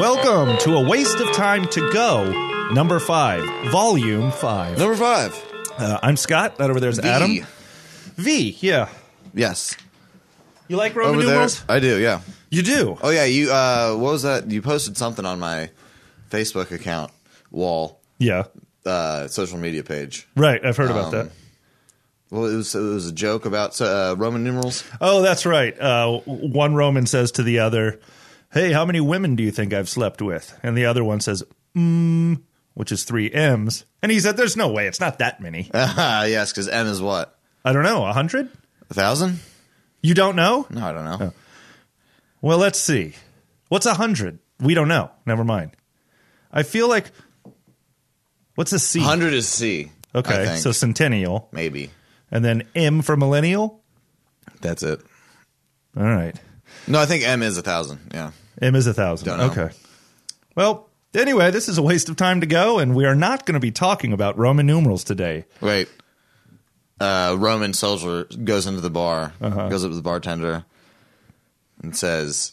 Welcome to A Waste of Time to Go, number five, volume five. Number five. Uh, I'm Scott. That over there is V. Adam. V, yeah. Yes. You like Roman Over there. numerals? I do, yeah. You do. Oh yeah, you uh what was that? You posted something on my Facebook account wall, Yeah. uh social media page. Right. I've heard Um, about that. Well, it was it was a joke about uh, Roman numerals. Oh, that's right. Uh, w- one Roman says to the other, Hey, how many women do you think I've slept with? And the other one says, Mmm, which is three M's. And he said, There's no way. It's not that many. yes, cuz M is what? I don't know. A hundred? A 1000? You don't know? No, I don't know. Well, let's see. What's a hundred? We don't know. Never mind. I feel like what's a C? 100 is C. I Okay, think. so centennial, maybe. and then M for millennial. That's it. All right, No, I think M is a 1000. Yeah. M is a 1000 Don't know. Okay. Well, anyway, this is a waste of time to go, and we are not going to be talking about Roman numerals today. Wait. Uh, Roman soldier goes into the bar, Uh-huh. goes up to the bartender, and says,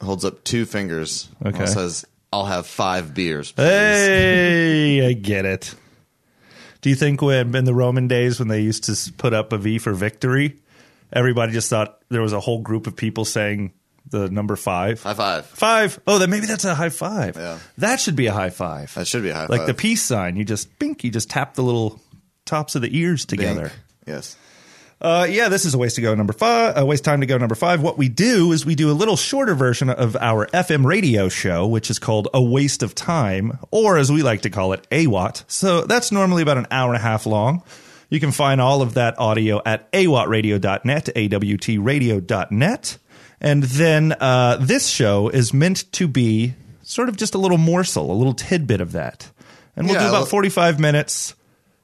holds up two fingers, and Okay. says, "I'll have five beers." please." Hey, I get it. Do you think when in the Roman days when they used to s- put up a V for victory, everybody just thought there was a whole group of people saying the number five? High five. Five. Oh, then maybe that's a high five. Yeah. That should be a high five. That should be a high like five. the peace sign. You just bink. You just tap the little tops of the ears Dink. together. Yes. Uh, yeah, this is a waste to go number five. A waste time to go number five. What we do is we do a little shorter version of our FM radio show, which is called a waste of time, or as we like to call it, AWAT. So that's normally about an hour and a half long. You can find all of that audio at awattradio.net, awtradio.net. And then uh, this show is meant to be sort of just a little morsel, a little tidbit of that. And we'll Yeah, do I lo- about 45 minutes.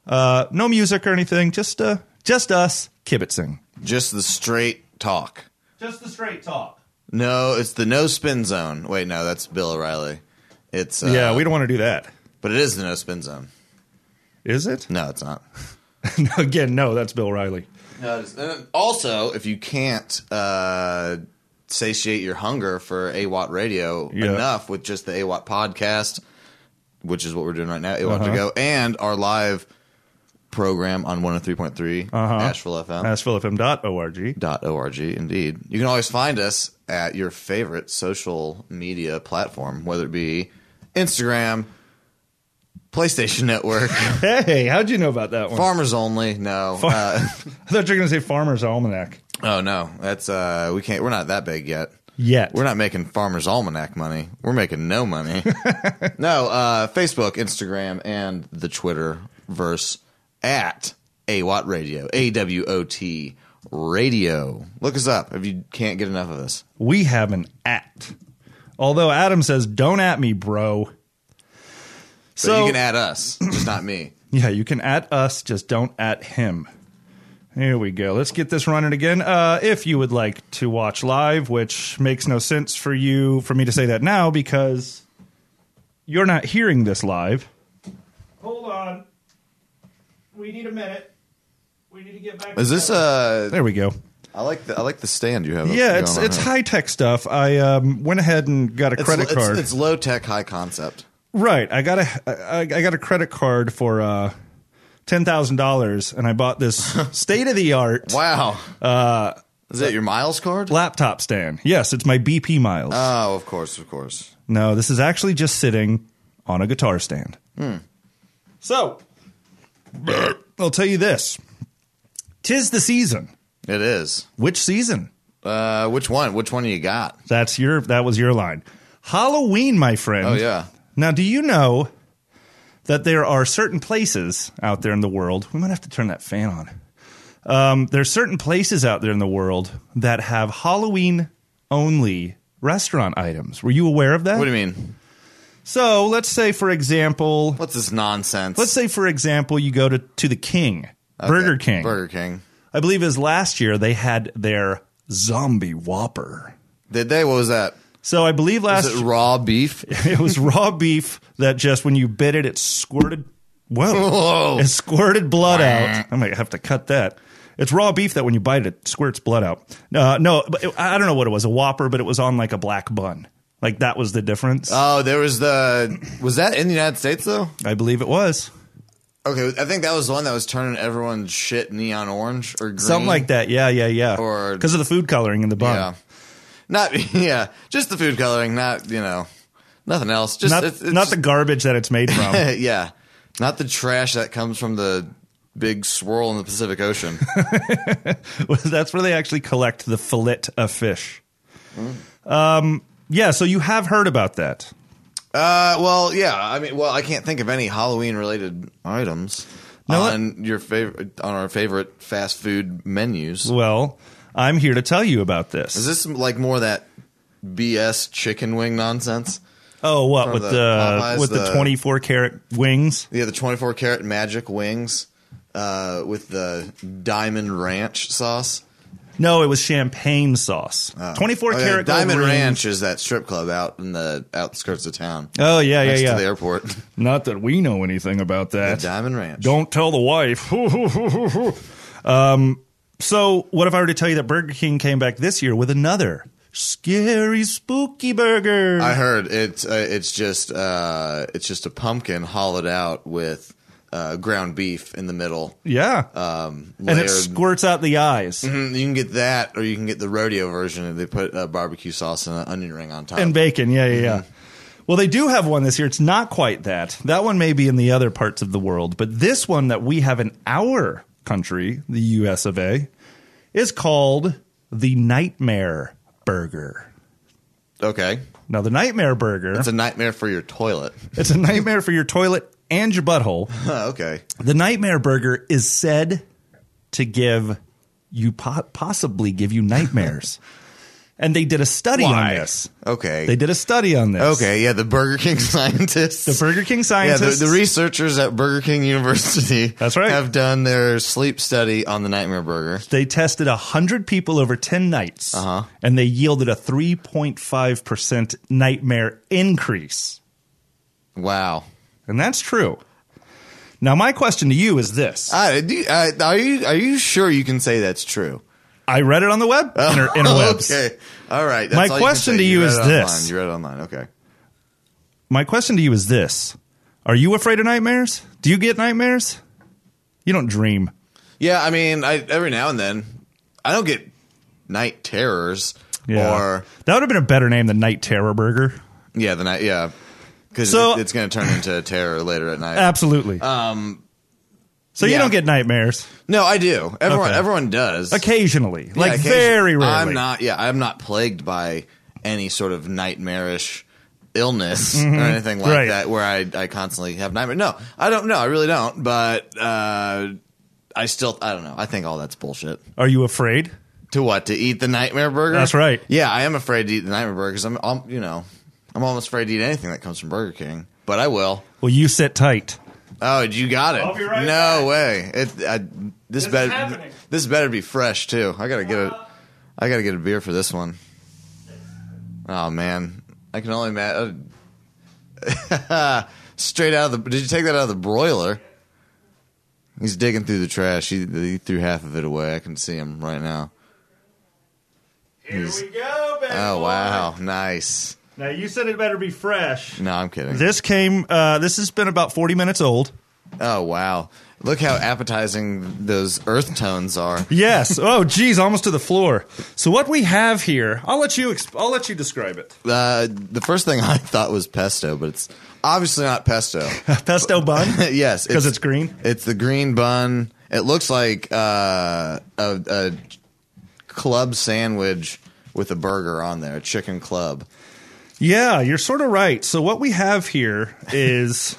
Uh, no music or anything, just uh, just us kibitzing. Just the straight talk. Just the straight talk. No, it's the no spin zone. Wait, no, that's Bill O'Reilly. It's uh, yeah, we don't want to do that. But it is the no spin zone. Is it? No, it's not. Again, no, that's Bill Riley. No, it is. And also, if you can't uh, satiate your hunger for AWAT radio Yeah. enough with just the AWAT podcast, which is what we're doing right now, AWAT to go, and our live program on 103.3 Asheville FM. That's philipm.org. dot org indeed you can always find us at your favorite social media platform whether it be instagram playstation network Hey, how'd you know about that one? farmers only no I uh, thought you were going to say Farmer's Almanac. oh no that's uh we can't we're not that big yet Yet. We're not making farmers almanac money. We're making no money. no, uh, Facebook, Instagram, and the Twitter verse at AWOT Radio. A W O T Radio. Look us up if you can't get enough of us. We have an at. Although Adam says, don't at me, bro. But you can add us, just not me. Yeah, you can at us, just don't at him. Here we go. Let's get this running again. Uh, if you would like to watch live, which makes no sense for you for me to say that now because you're not hearing this live. Hold on. We need a minute. We need to get back. Is this uh There we go. I like the I like the stand you have. Yeah, going it's on it's here. high tech stuff. I um, went ahead and got a It's- credit it's- card. It's, low tech, high concept. Right. I got a I, I got a credit card for uh ten thousand dollars, and I bought this state of the art Wow. Uh is that your miles card? laptop stand. Yes, it's my BP Miles. Oh, of course, of course. no, this is actually just sitting on a guitar stand. Hmm. So, I'll tell you this: tis the season. It is. Which season? Uh which one? Which one you got? That's your. That was your line. Halloween, my friend. Oh yeah. Now, do you know that there are certain places out there in the world? We might have to turn that fan on. Um, there are certain places out there in the world that have Halloween only restaurant items. Were you aware of that? What do you mean? So let's say, for example, What's this nonsense? let's say, for example, you go to, to the King, Burger King. Burger King. I believe it was last year they had their zombie whopper. Did they? What was that? So I believe last Is it raw beef? it was raw beef that just when you bit it, it squirted. Whoa! Whoa. It squirted blood out. I might have to cut that. It's raw beef that when you bite it, it squirts blood out. Uh, no, but it- I I don't know what it was, a Whopper, but it was on like a black bun. Like that was the difference. Oh, there was the was that in the United States though? I believe it was Okay, I think that was the one that was turning everyone's shit neon orange or green. something like that. Yeah, yeah, yeah. Or- because of the food coloring in the bun. Yeah. Not yeah, just the food coloring, not, you know, nothing else. Just Not it's, it's not the garbage that it's made from. yeah. Not the trash that comes from the big swirl in the Pacific Ocean. That's where they actually collect the fillet of fish. Um, yeah. So you have heard about that. Uh, well, yeah. I mean, well, I can't think of any Halloween related items No, I- on your favorite on our favorite fast food menus. Well, I'm here to tell you about this. Is this like more that BS chicken wing nonsense? oh, what with the, the Popeyes, uh, with the the- 24 karat wings? Yeah, the 24 karat magic wings uh, with the diamond ranch sauce. No, it was champagne sauce. 24 Oh, yeah, karat gold diamond rings. ranch is that strip club out in the outskirts of town. Oh yeah, yeah, next yeah. to the airport. Not that we know anything about that. diamond ranch. Don't tell the wife. um, so, what if I were to tell you that Burger King came back this year with another scary, spooky burger? I heard it's uh, it's just uh, it's just a pumpkin hollowed out with uh, ground beef in the middle. yeah. Um, and layered. it squirts out the eyes Mm, you can get that, or you can get the rodeo version. and They put uh, barbecue sauce and an onion ring on top. and bacon. Yeah, yeah, yeah. Well, they do have one this year. It's not quite that. That one may be in the other parts of the world, but this one that we have in our country, the US of A, is called the Nightmare Burger. okay, Now, the Nightmare Burger. it's a nightmare for your toilet. It's a nightmare for your toilet and your butthole. Huh, okay, The nightmare burger is said to give you po- possibly give you nightmares. and they did a study on this. Okay, They did a study on this. okay, yeah. The Burger King scientists. The Burger King yeah, the, scientists. the researchers at Burger King University That's right. have done their sleep study on the Nightmare Burger. they tested 100 people over 10 nights Uh-huh. and they yielded a 3.5% nightmare increase. Wow. And that's true. Now, my question to you is this Uh, do you- uh, are you are you sure you can say that's true? I read it on the web, inter- interwebs. Oh, Okay. All right. That's My all you can question say. to You you read is it online. this. You read it online. Okay. my question to you is this are you afraid of nightmares do you get nightmares you don't dream Yeah, I mean, I every now and then I don't get night terrors or that would have been a better name than night terror burger yeah, the night yeah. Cuz So- it's going to turn into a terror later at night. absolutely um so you yeah. don't get nightmares no, I do. Everyone Okay. everyone does. occasionally Yeah, like occasionally. very rarely I'm not yeah, I'm not plagued by any sort of nightmarish illness or anything like Mm-hmm. Right. that where I, I constantly have nightmares. No, I don't know. I really don't, but uh I still I don't know. I think all that's bullshit. are you afraid To what? To eat the nightmare burger? That's right. Yeah, I am afraid to eat the nightmare burger because I'm, I'm, you know, I'm almost afraid to eat anything that comes from Burger King. But I will. well you sit tight Oh, you got it. I'll be right no back. way. It. I, this is better. happening. Uh-huh. This better be fresh too. I gotta get a. I gotta get a beer for this one. Oh man, I can only imagine. Straight out of the. Did you take that out of the broiler? He's digging through the trash. He, he threw half of it away. I can see him right now. here we go baby Oh wow, nice. now you said it better be fresh No, I'm kidding. this came uh, this has been about 40 minutes old Oh wow, look how appetizing those earth tones are. yes oh geez almost to the floor so what we have here i'll let you exp- i'll let you describe it Uh, the first thing I thought was pesto, but it's obviously not pesto. pesto bun yes, because it's green. It's the green bun. It looks like uh, a, a club sandwich with a burger on there, a chicken club. Yeah, you're sort of right. So what we have here is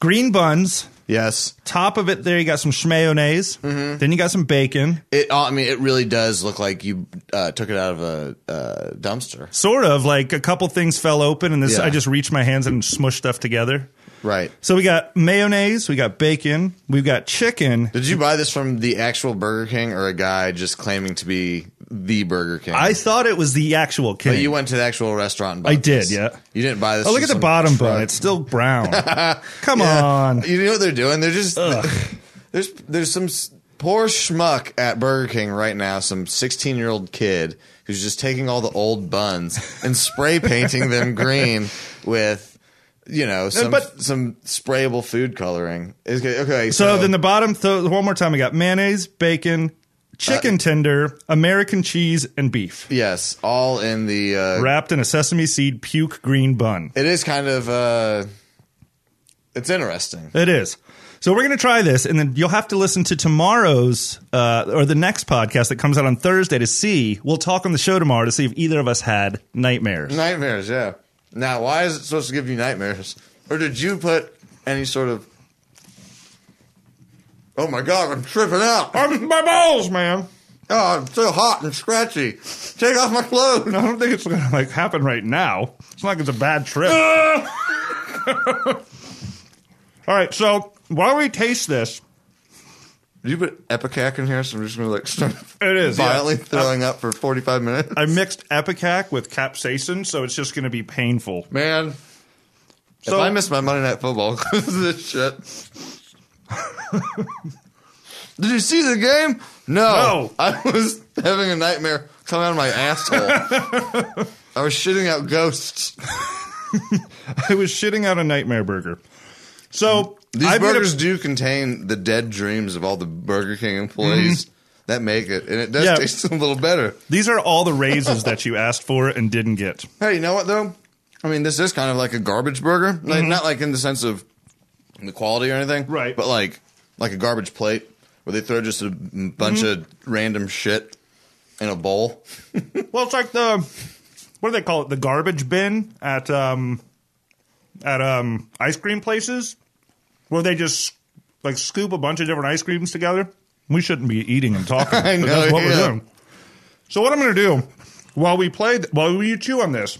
green buns. Yes, Top of it, there you got some mayonnaise. Mm-hmm. Then you got some bacon. it. I mean, it really does look like you uh, took it out of a uh, dumpster. Sort of like a couple things fell open, and this Yeah. I just reached my hands and smushed stuff together. Right. So we got mayonnaise, we got bacon, we've got chicken. Did you buy this from the actual Burger King or a guy just claiming to be the Burger King? I thought it was the actual king. But you went to the actual restaurant and bought I did, this. yeah. You didn't buy this. oh, look from at the some bottom bun; truck. it's still brown. Come on. You know what they're doing? They're just there's there's some s- poor schmuck at Burger King right now, some 16 year old kid who's just taking all the old buns and spray painting them green with, you know, some but- some sprayable food coloring. Okay, okay So then the bottom, so one more time, we got mayonnaise, bacon, chicken tender, American cheese, and beef yes, all in the uh, wrapped in a sesame seed puke green bun. It is kind of uh it's interesting. It is. So we're going to try this, and then you'll have to listen to tomorrow's uh, or the next podcast that comes out on Thursday to see. We'll talk on the show tomorrow to see if either of us had nightmares. Nightmares, yeah. Now, why is it supposed to give you nightmares? Or did you put any sort of Oh my god, I'm tripping out. I'm my balls, man. Oh, I'm so hot and scratchy. Take off my clothes. I don't think it's going to like happen right now. It's not like it's a bad trip. All right, so why don't we taste this? Did you put Epicac in here? So I'm just gonna like start It is, yeah. violently throwing up for 45 minutes. I mixed Epicac with capsaicin, so it's just going to be painful. Man, So if I miss my Monday Night Football, 'cause of this shit. Did you see the game? No. No. I was having a nightmare coming out of my asshole. I was shitting out ghosts. I was shitting out a nightmare burger. So These I've got a- burgers do contain the dead dreams of all the Burger King employees that make it, and it does Mm-hmm. Yeah. taste a little better. These are all the raises that you asked for and didn't get. Hey, you know what though? I mean, this is kind of like a garbage burger, like not like in the sense of the quality or anything, Mm-hmm. Right. But like like a garbage plate where they throw just a m- bunch Mm-hmm. of random shit in a bowl. Well, it's like the what do they call it? The garbage bin at um at um ice cream places where they just like scoop a bunch of different ice creams together. We shouldn't be eating and talking. I but know, that's what yeah. we're doing. So what I'm going to do while we play th- while you chew on this,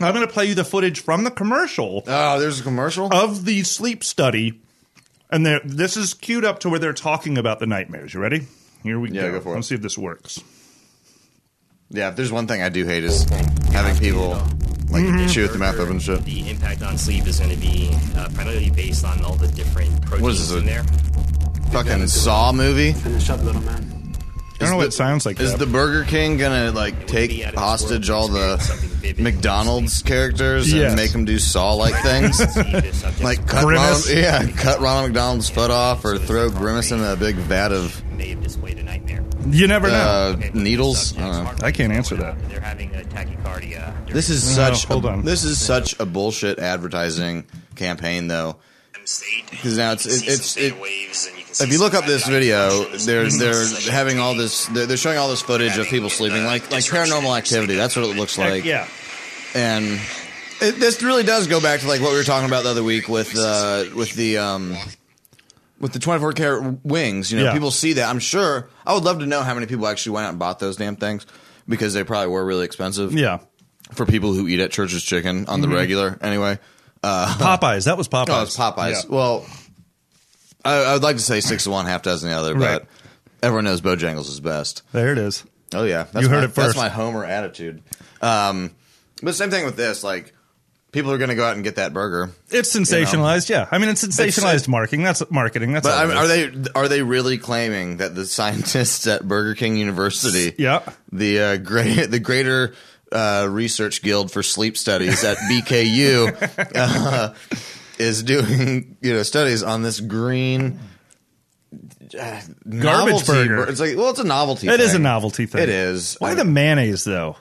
I'm going to play you the footage from the commercial Oh, there's a commercial. of the sleep study, and they're- this is queued up to where they're talking about the nightmares. You ready? Here we Yeah, go. go for it. Let's see if this works. yeah, if there's one thing I do hate is having people like Mm-hmm. chew with their mouth open and shit. The impact on sleep is going to be uh, primarily based on all the different proteins this, in a- there. Fucking Saw movie. Finish up, little man. I don't know what it sounds like. Is that. the Burger King gonna like take be out of this hostage world all to experience something the vivid. McDonald's characters and Yes. make them do Saw like things? like cut Grimace. Ronald, yeah, cut Ronald McDonald's foot off or throw Grimace in a big vat of may have displayed a nightmare. you never know. uh, needles. I don't know. I can't answer that. They're having a tachycardia. during This is No, such hold a, on. this is such a bullshit advertising campaign though. REM state. 'Cause now it's- You can it- see some it's- theta it- waves and you can see If you some look up this high-dye video, functions. they're Mhm. they're having all this they're, they're showing all this footage of people sleeping like like paranormal activity. That's what it looks like. yeah. and it, this really does go back to like what we were talking about the other week with uh, with the um, with the twenty four karat wings. You know, Yeah. people see that. I'm sure. I would love to know how many people actually went out and bought those damn things because they probably were really expensive. Yeah. Mm-hmm. for people who eat at Church's Chicken on the regular. Anyway, Popeyes. That was Popeyes. oh, it's Popeyes. Yeah. Well, I, I would like to say six to one, half dozen the other, Right. but everyone knows Bojangles is best. There it is. Oh yeah, that's You heard my, it first. That's my Homer attitude. Um, but same thing with this. Like, people are going to go out and get that burger. It's sensationalized. Yeah. I mean, it's sensationalized marketing. That's marketing. That's But I all it mean, are is. they are they really claiming that the scientists at Burger King University, Yeah. the uh, great the Greater uh, Research Guild for Sleep Studies at BKU, uh, is doing you know studies on this green uh, novelty burger. bur- It's like well, it's a novelty. It is a thing. novelty thing. It is. Why the mayonnaise though?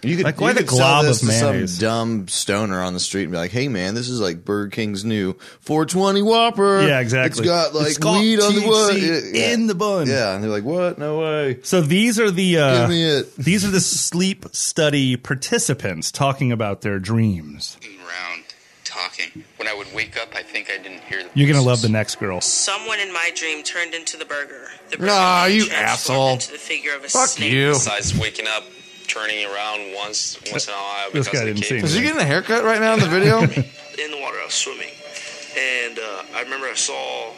You could, Like, why you the could sell glob this of to mayonnaise? Some dumb stoner on the street and be like, "Hey, man, this is like Burger King's new 420 Whopper. Yeah, exactly. It's got like It's got weed on the bun. THC Yeah. in the bun. Yeah, and they're like, "What? No way. So these are the uh, Give me it." these are the sleep study participants talking about their dreams. around talking. When I would wake up, I think I didn't hear the You're gonna love voices. the next girl. Someone in my dream turned into the burger. The burger Nah, you transformed asshole. Into the figure of a Fuck snake. you." besides waking up, turning around once once in a while This because guy of the didn't see kick. me. Is he getting a haircut right now in the video? in the water. I was swimming, and uh, I remember I saw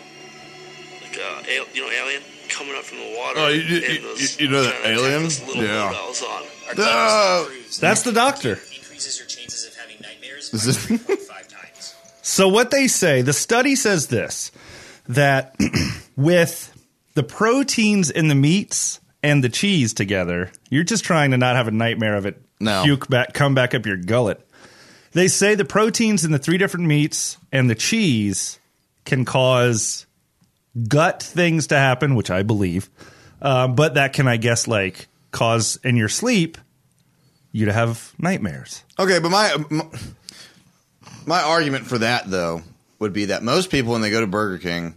like uh, al- you know alien coming up from the water. Oh, you- you- and was you- you know the trying to attack alien? This little Yeah. boat I was on. No. That's the doctor. Increases your chances of having nightmares Is by it- 3.5 times. So what they say, the study says this that with the proteins in the meats and the cheese together. You're just trying to not have a nightmare of it No. puke back come back up your gullet. They say the proteins in the three different meats and the cheese can cause gut things to happen, which I believe. Uh, but that can, I guess, like cause in your sleep you to have nightmares. Okay, but my, my my argument for that though would be that most people when they go to Burger King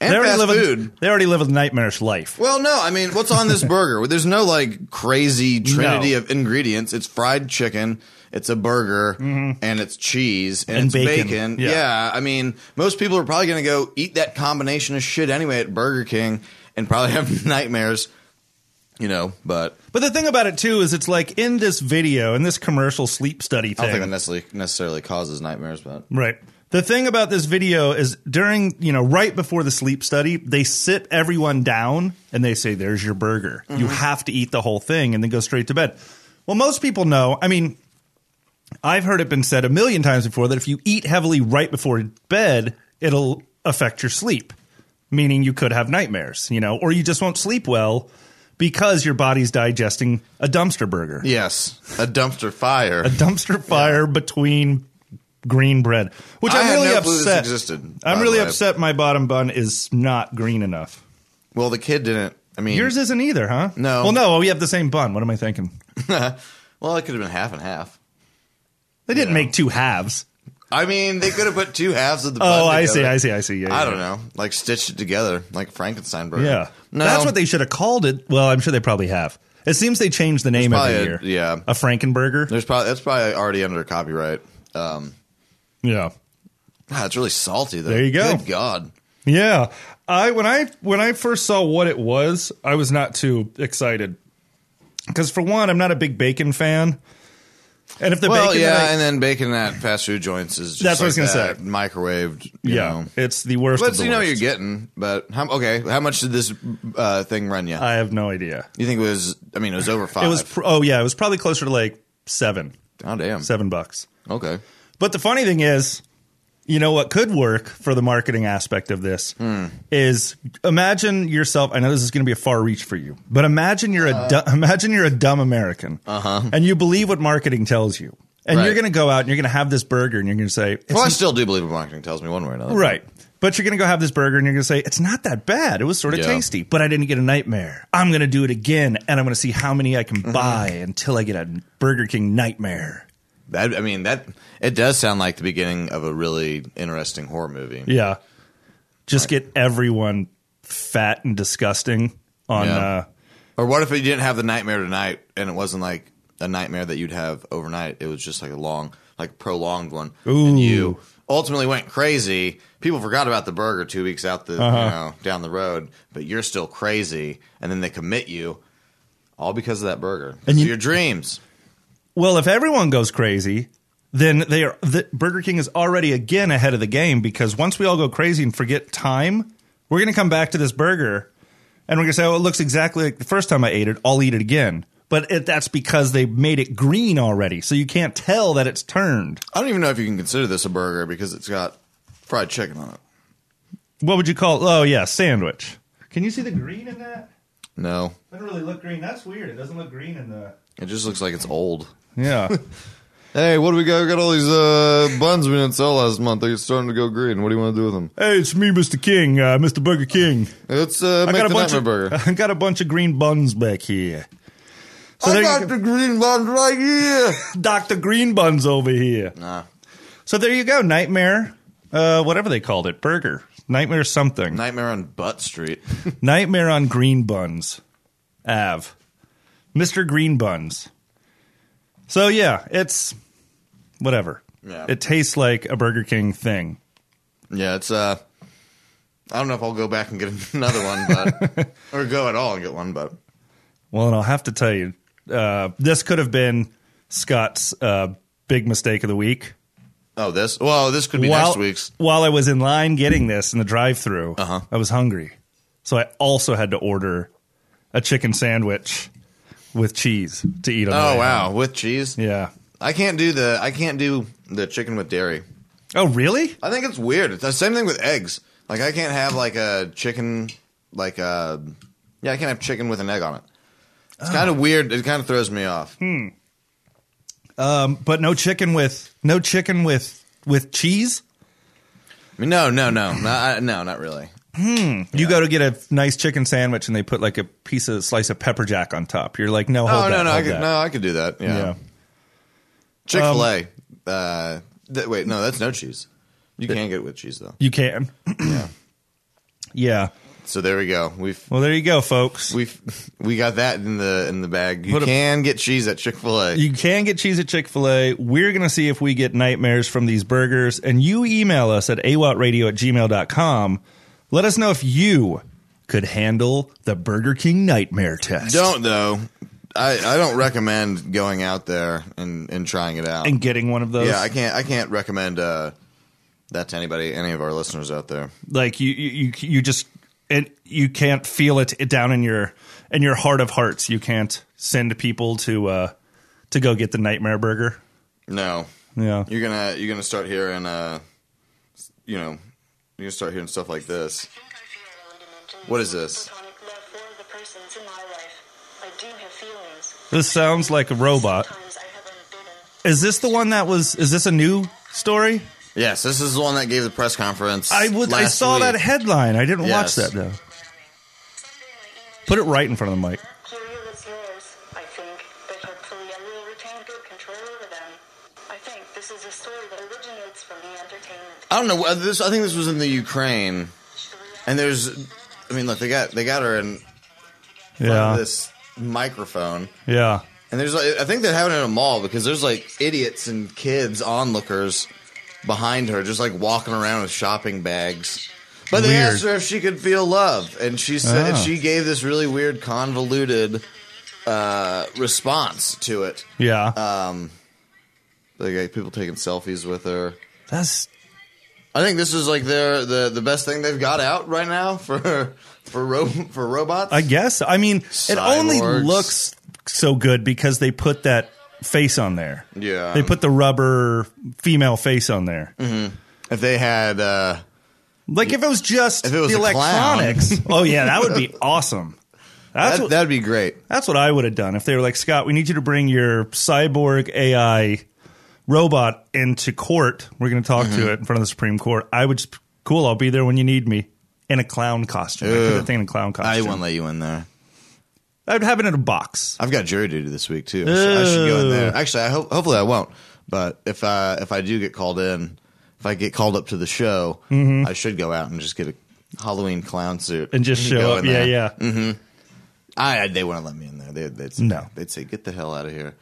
and fast live food, A, they already live a nightmarish life. well, no, I mean, what's on this burger? There's no like crazy trinity No. of ingredients. It's fried chicken, it's a burger, and it's cheese and, Mm-hmm. And it's bacon. bacon. Yeah. Yeah. I mean, most people are probably going to go eat that combination of shit anyway at Burger King and probably have nightmares, you know. But But the thing about it too is it's like in this video, in this commercial sleep study I thing. don't think that necessarily necessarily causes nightmares. But Right. The thing about this video is during, you know, right before the sleep study, they sit everyone down and they say, there's your burger. Mm-hmm. You have to eat the whole thing and then go straight to bed. Well, most people know. I mean, I've heard it been said a million times before that if you eat heavily right before bed, it'll affect your sleep, meaning you could have nightmares, you know, or you just won't sleep well because your body's digesting a dumpster burger yes, a dumpster fire. a dumpster fire between green bread, which I I'm had really no clue this upset. existed, by I'm the really way. upset. My bottom bun is not green enough. Well, the kid didn't. I mean, Yours isn't either, huh? No. Well, no, we have the same bun. What am I thinking? well, it could have been half and half. They didn't make two halves. I mean, they could have put two halves of the. Oh, bun I see, together. I see, I see. Yeah, I yeah. don't know, like stitched it together, like Frankenstein burger. Yeah, no, that's what they should have called it. Well, I'm sure they probably have. It seems they changed the name every probably a- year. yeah. a Frankenburger. There's probably that's probably already under copyright. Um, Yeah, God, it's really salty though. There you go. Good God. yeah. I when I when I first saw what it was, I was not too excited because for one, I'm not a big bacon fan, and if the well, bacon that yeah, I- and then bacon at fast food joints is just That's what I was like gonna that, say. microwaved. You Yeah, know. it's the worst. But of so the you know what you're worst. getting. But how, okay, how much did this uh, thing run you? I have no idea. you think it was? I mean, it was over five. It was pr- oh yeah, it was probably closer to like seven, oh damn. seven bucks. Okay. But the funny thing is, you know what could work for the marketing aspect of this is imagine yourself. I know this is going to be a far reach for you, but imagine you're Uh. a du- imagine you're a dumb American, uh-huh. and you believe what marketing tells you, and Right. you're going to go out and you're going to have this burger, and you're going to say, it's Well, I still do believe what marketing tells me one way or another. Right. But you're going to go have this burger and you're going to say, it's not that bad. It was sort of Yeah. tasty, but I didn't get a nightmare. I'm going to do it again and I'm going to see how many I can Mm-hmm. buy until I get a Burger King nightmare. That I mean that it does sound like the beginning of a really interesting horror movie. Yeah. Just get everyone fat and disgusting on. Yeah. Uh, Or what if you didn't have the nightmare tonight and it wasn't like a nightmare that you'd have overnight? It was just like a long, like prolonged one. Ooh. And you ultimately went crazy. People forgot about the burger two weeks out the Uh-huh. you know down the road, but you're still crazy, and then they commit you all because of that burger. And And you- your dreams. well, if everyone goes crazy, then they are, the, Burger King is already again ahead of the game because once we all go crazy and forget time, we're going to come back to this burger and we're going to say, oh, it looks exactly like the first time I ate it. I'll eat it again. But it, that's because they made it green already. So you can't tell that it's turned. I don't even know if you can consider this a burger because it's got fried chicken on it. What would you call Oh, yeah, sandwich. Can you see the green in that? No, Doesn't really look green. That's weird. It doesn't look green in the. it just looks like it's old. Yeah. Hey, what do we got? We got all these uh, buns we didn't sell last month. They're starting to go green. What do you want to do with them? Hey, it's me, Mr. King, uh, Mr. Burger King. Let's uh, I make got the a bunch nightmare of burger. I got a bunch of green buns back here. So I there you got go. the green buns right here. Dr. Green Buns over here. Nah, So there you go, Nightmare, uh, whatever they called it, burger, Nightmare something, nightmare on Butt Street. Nightmare on Green Buns, Av, Mr. Green Buns. So yeah, it's whatever. Yeah. It tastes like a Burger King thing. yeah, it's. uh I don't know if I'll go back and get another one, but or go at all and get one, but Well, and I'll have to tell you, uh, this could have been Scott's uh, big mistake of the week. oh, this. Well, this could be next week's. While I was in line getting this in the drive-through, Uh-huh. I was hungry, so I also had to order a chicken sandwich with cheese to eat. On the Oh way wow, home. with cheese. yeah. I can't do the. I can't do the chicken with dairy. Oh really? I think it's weird. It's the same thing with eggs. Like I can't have like a chicken like uh yeah, I can't have chicken with an egg on it. Ah. It's kind of weird. It kind of throws me off. Hmm. But no chicken with no chicken with with cheese. I mean, no, no, no, no, I, no, not really. You go to get a nice chicken sandwich and they put like a piece of slice of pepper jack on top. You're like, no, hold Oh that, no, no, I hold could, that. no, I could do that. Yeah, Yeah. Um, Chick Fil A. uh, th- wait, no, that's no cheese. You can get it with cheese though. you can. yeah. So there we go. We've Well, there you go, folks. we we got that in the in the bag. You What a- can get cheese at Chick Fil A. You can get cheese at Chick fil A. We're going to see if we get nightmares from these burgers. And you email us at awattradio at gmail.com. Let us know if you could handle the Burger King nightmare test. Don't though. I, I don't recommend going out there and, and trying it out. And getting one of those. yeah, I can't I can't recommend uh, that to anybody, any of our listeners out there. like you, you, you- you just, and you can't feel it down in your, in your heart of hearts. You can't send people to, uh, to go get the nightmare burger. No, Yeah. you're gonna you're gonna start hearing uh, you know, you're gonna start hearing stuff like this. What is this? This sounds like a robot. Is this the one that was, is this a new story? Yes, this is the one that gave the press conference. I would. I last saw week. that headline. I didn't Yes. watch that though. Put it right in front of the mic. Curio is yours, I think, but hopefully I will retain good control over them. I think this is a story that originates from the entertainment. I don't know. uh, This I think this was in the Ukraine, and there's. I mean, look, they got they got her in front of Yeah, this microphone. yeah. And there's, like, I think they have it in a mall because there's like idiots and kids, onlookers, behind her, just like walking around with shopping bags. But they Weird. asked her if she could feel love, and she said and Ah. she gave this really weird, convoluted uh, response to it. Yeah, Uh, Like, like, people taking selfies with her. that's I think this is like their the the best thing they've got out right now for for ro- for robots. I guess. I mean, it only Cyborgs. looks so good because they put that face on there. Yeah. Mm. they put the rubber female face on there. if they had. Uh, Like if it was just If it was the a clown. electronics. oh yeah, that would be awesome. That's that, what, that'd be great. That's what I would have done if they were like, Scott, we need you to bring your cyborg AI robot into court. We're going to talk Mm-hmm. to it in front of the Supreme Court. I would just, cool, I'll be there when you need me in a clown costume. I put Ugh. the thing in a clown I costume. won't let you in there. I'd have it in a box. I've got jury duty this week too. I should, I should go in there. Ooh. Actually, I hope hopefully I won't. But if I if I do get called in, if I get called up to the show, I should go out and just get a Halloween clown suit Mm-hmm. And just show go up. in Yeah, there. Mm. yeah. I they wouldn't let me in there. They, they'd say, No. they'd say get the hell out of here,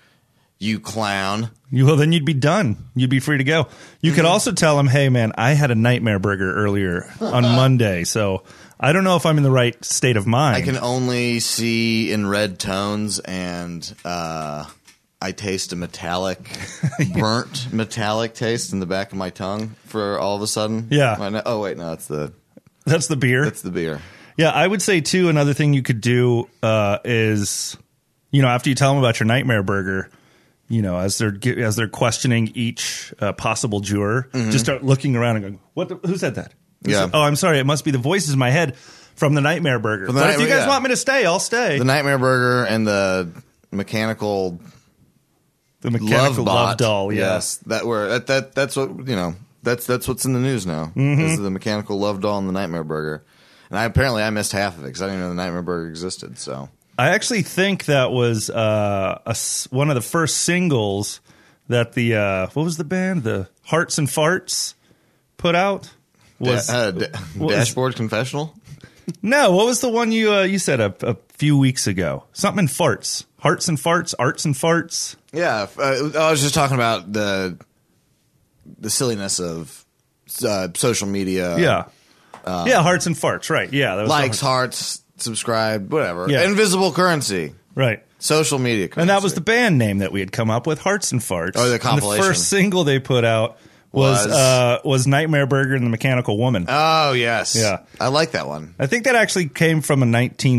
you clown. You, well, then you'd be done. You'd be free to go. You Mm-hmm. could also tell them, hey, man, I had a nightmare burger earlier on Monday. So I don't know if I'm in the right state of mind. I can only see in red tones, and uh, I taste a metallic, burnt metallic taste in the back of my tongue for all of a sudden. Yeah. I know- oh wait, no, it's the That's the beer. it's the beer. Yeah, I would say too. Another thing you could do uh, is, you know, after you tell them about your nightmare burger, you know, as they're ge- as they're questioning each uh, possible juror, just start looking around and going, "What? The, who said that?" Who Mm-hmm. Yeah. said- oh, I'm sorry. It must be the voices in my head from the nightmare burger. the but if you Nightmare- guys yeah. want me to stay, I'll stay. the The, nightmare burger and the mechanical, mechanical love bot. love doll. Yeah. that were that, that that's what you know. That's that's what's in the news now. Mm-hmm. Is the mechanical love doll and the nightmare burger. And I apparently I missed half of it because I didn't even know the nightmare burger existed. So I actually think that was uh, a s one of the first singles that the uh, what was the band the Hearts and Farts put out. Was Da- uh, da- was- dashboard confessional? No, what was the one you uh, you said a, a few weeks ago? Something in farts, hearts and farts, arts and farts. Yeah, f- uh, I was just talking about the the silliness of uh, social media. yeah, yeah, hearts and farts. Right. Yeah, that was the likes, heart- hearts, subscribe, whatever. Yeah. Invisible currency, right. social media, currency. And that was the band name that we had come up with, Hearts and Farts. Oh, the And compilation. first single they put out was Was- uh, was Nightmare Burger and the Mechanical Woman. Oh yes, Yeah. I like that one. I think that actually came from a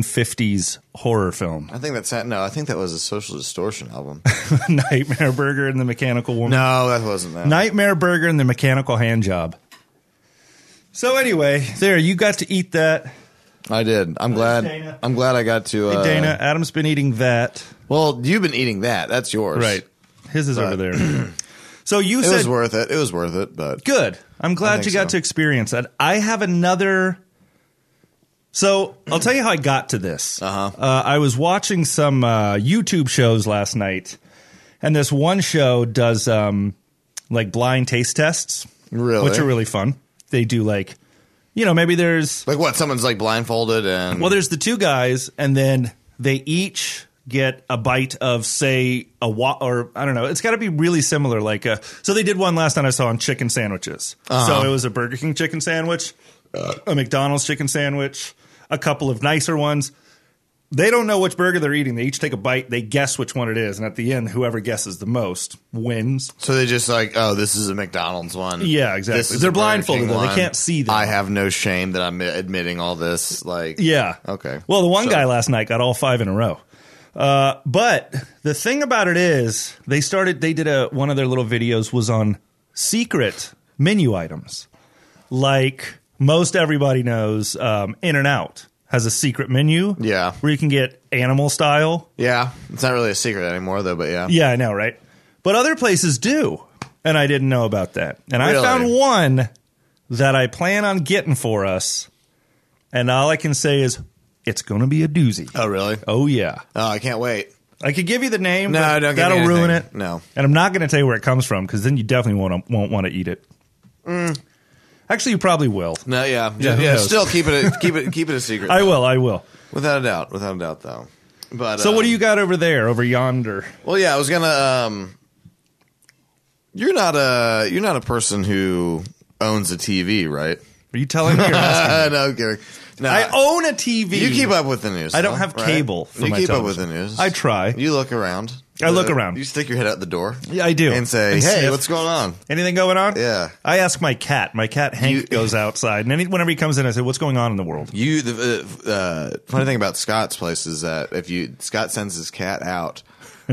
1950s horror film, I think that's no. I think that was a social distortion album. Nightmare Burger and the Mechanical Woman. no, that wasn't that. Nightmare Burger and the Mechanical Hand Job. So anyway, there you got to eat that. I did. I'm glad. Dana. I'm glad I got to. Uh, Dana, Adam's been eating that. Well, you've been eating that. That's yours. His is But- over there. so you It said was worth it. It was worth it. But good. I'm glad think you got so. to experience that. I have another. So I'll tell you how I got to this. Uh-huh. I was watching some uh, YouTube shows last night, and this one show does um, like blind taste tests, Really? which are really fun. They do like, you know, maybe there's like what? Someone's like blindfolded and well, there's the two guys, and then they each get a bite of, say, a wa- or I don't know. It's got to be really similar. Like, uh so they did one last night I saw on chicken sandwiches. So it was a Burger King chicken sandwich, a McDonald's chicken sandwich, a couple of nicer ones. They don't know which burger they're eating. They each take a bite. They guess which one it is, and at the end, whoever guesses the most wins. so they just like oh this is a McDonald's one. Yeah, exactly. This is They're a Burger blindfolded, King though. They one. can't see them. I have no shame that I'm admitting all this. Like Yeah. Okay. Well, the one So- guy last night got all five in a row. Uh, but the thing about it is, they started. They did a one of their little videos was on secret menu items. Like most everybody knows, um, In and Out has a secret menu. Yeah. where you can get animal style. Yeah, it's not really a secret anymore though. But yeah, Yeah, I know, right? But other places do, and I didn't know about that. And I Really? found one that I plan on getting for us, and all I can say is it's going to be a doozy. Oh really? Oh yeah, Oh, I can't wait. I could give you the name. No, but don't give me that'll anything. ruin it. No. and I'm not going to tell you where it comes from because then you definitely won't won't want to eat it. Mm. Actually, you probably will. No, yeah, Yeah, yeah. who knows? still keep it, keep it, keep it a secret. I will. I will. without a doubt, without a doubt, though. But So, what um, do you got over there, over yonder? Well, yeah, I was gonna. Um, you're not a you're not a person who owns a TV, right? Are you telling me? Or asking? Uh, no, I'm kidding. No, I own a TV. You keep up with the news. I don't though, have right? cable for you my keep television. up with the news. I try. You look around. I look Uh, around. You stick your head out the door. Yeah, I do. And say, And "Hey, sniff. what's going on?" Anything going on? Yeah. I ask my cat. My cat Hank You- goes outside, and any, whenever he comes in, I say, "What's going on in the world?" You the uh, uh, funny thing about Scott's place is that if you Scott sends his cat out